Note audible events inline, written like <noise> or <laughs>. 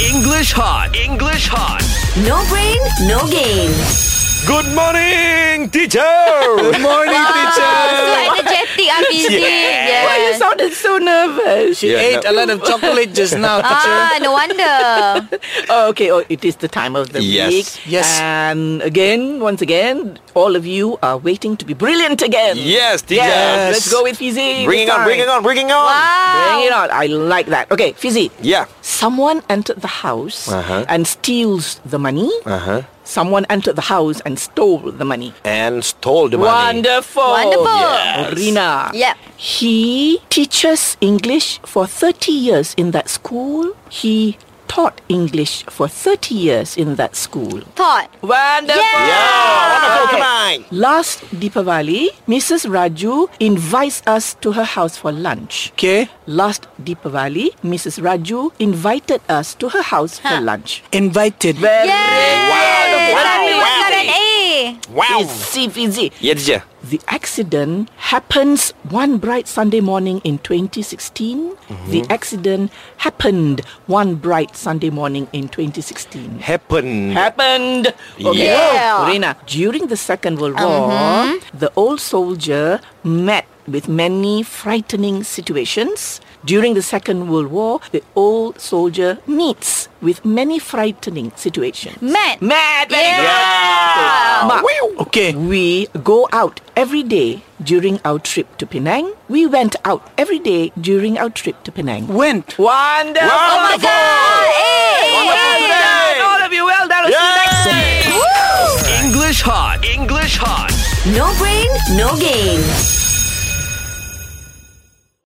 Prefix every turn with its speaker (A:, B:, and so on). A: English hot. English hot.
B: No brain, no game.
C: Good morning, teacher.
D: Good morning,
E: So
D: teacher.
E: energetic, amazing.
C: Yeah.
E: Yes.
B: You sounded so nervous.
D: She
C: Yeah,
D: ate
C: no-
D: a lot of
B: <laughs>
D: chocolate just now, teacher.
E: Ah, no wonder.
B: Oh, okay. Oh, it is the time of the
C: Yes.
B: week.
D: Yes.
B: And again, once again, all of you are waiting to be brilliant again.
C: Yes, teacher.
B: Yes.
D: Yes.
B: Let's go with Fizzy.
C: Bringing
B: this
C: on,
B: time.
C: bringing on, bringing on.
E: Wow.
B: Bring it on. I like that. Okay, Fizzy.
C: Yeah.
B: Someone entered the house
C: Uh-huh.
B: and steals the money.
C: Uh-huh.
B: Someone entered the house and stole the money.
C: And stole the money.
B: Wonderful.
E: Wonderful.
C: Yes.
B: Oh, Rina.
E: Yep.
B: He teaches English for 30 years in that school. He taught English for 30 years in that school.
E: Thought.
B: Wonderful.
C: Yeah, Oh, wonderful. Come on.
B: Last Deepavali, Mrs. Raju invites us to her house for lunch.
D: Okay.
B: Last Deepavali, Mrs. Raju invited us to her house for
E: Huh.
B: lunch.
D: Invited.
E: Yay.
C: Wow.
E: Everyone
C: Wow.
E: got an A.
C: Wow.
B: Easy, easy.
C: Yeah, teacher.
B: The accident happens one bright Sunday morning in 2016. The
E: Mm-hmm.
B: accident happened one bright Sunday morning in 2016.
C: Happen.
B: Happened. Okay.
E: Yeah. Mm-hmm.
B: Rina, during the Second World War, the old soldier met with many frightening situations. During the Second World War, the old soldier meets with many frightening situations.
E: Matt.
B: Mad. very
E: Yeah.
B: good. Mark,
D: Okay.
B: we go out every day during our trip to Penang. We went out every day during our trip to Penang.
D: Went.
B: Wonderful!
C: Oh my
E: God. A.
C: Wonderful
B: Well done,
C: today.
B: all of you. Well done.
C: Yay.
A: English hot. English hot.
B: No brain, no game.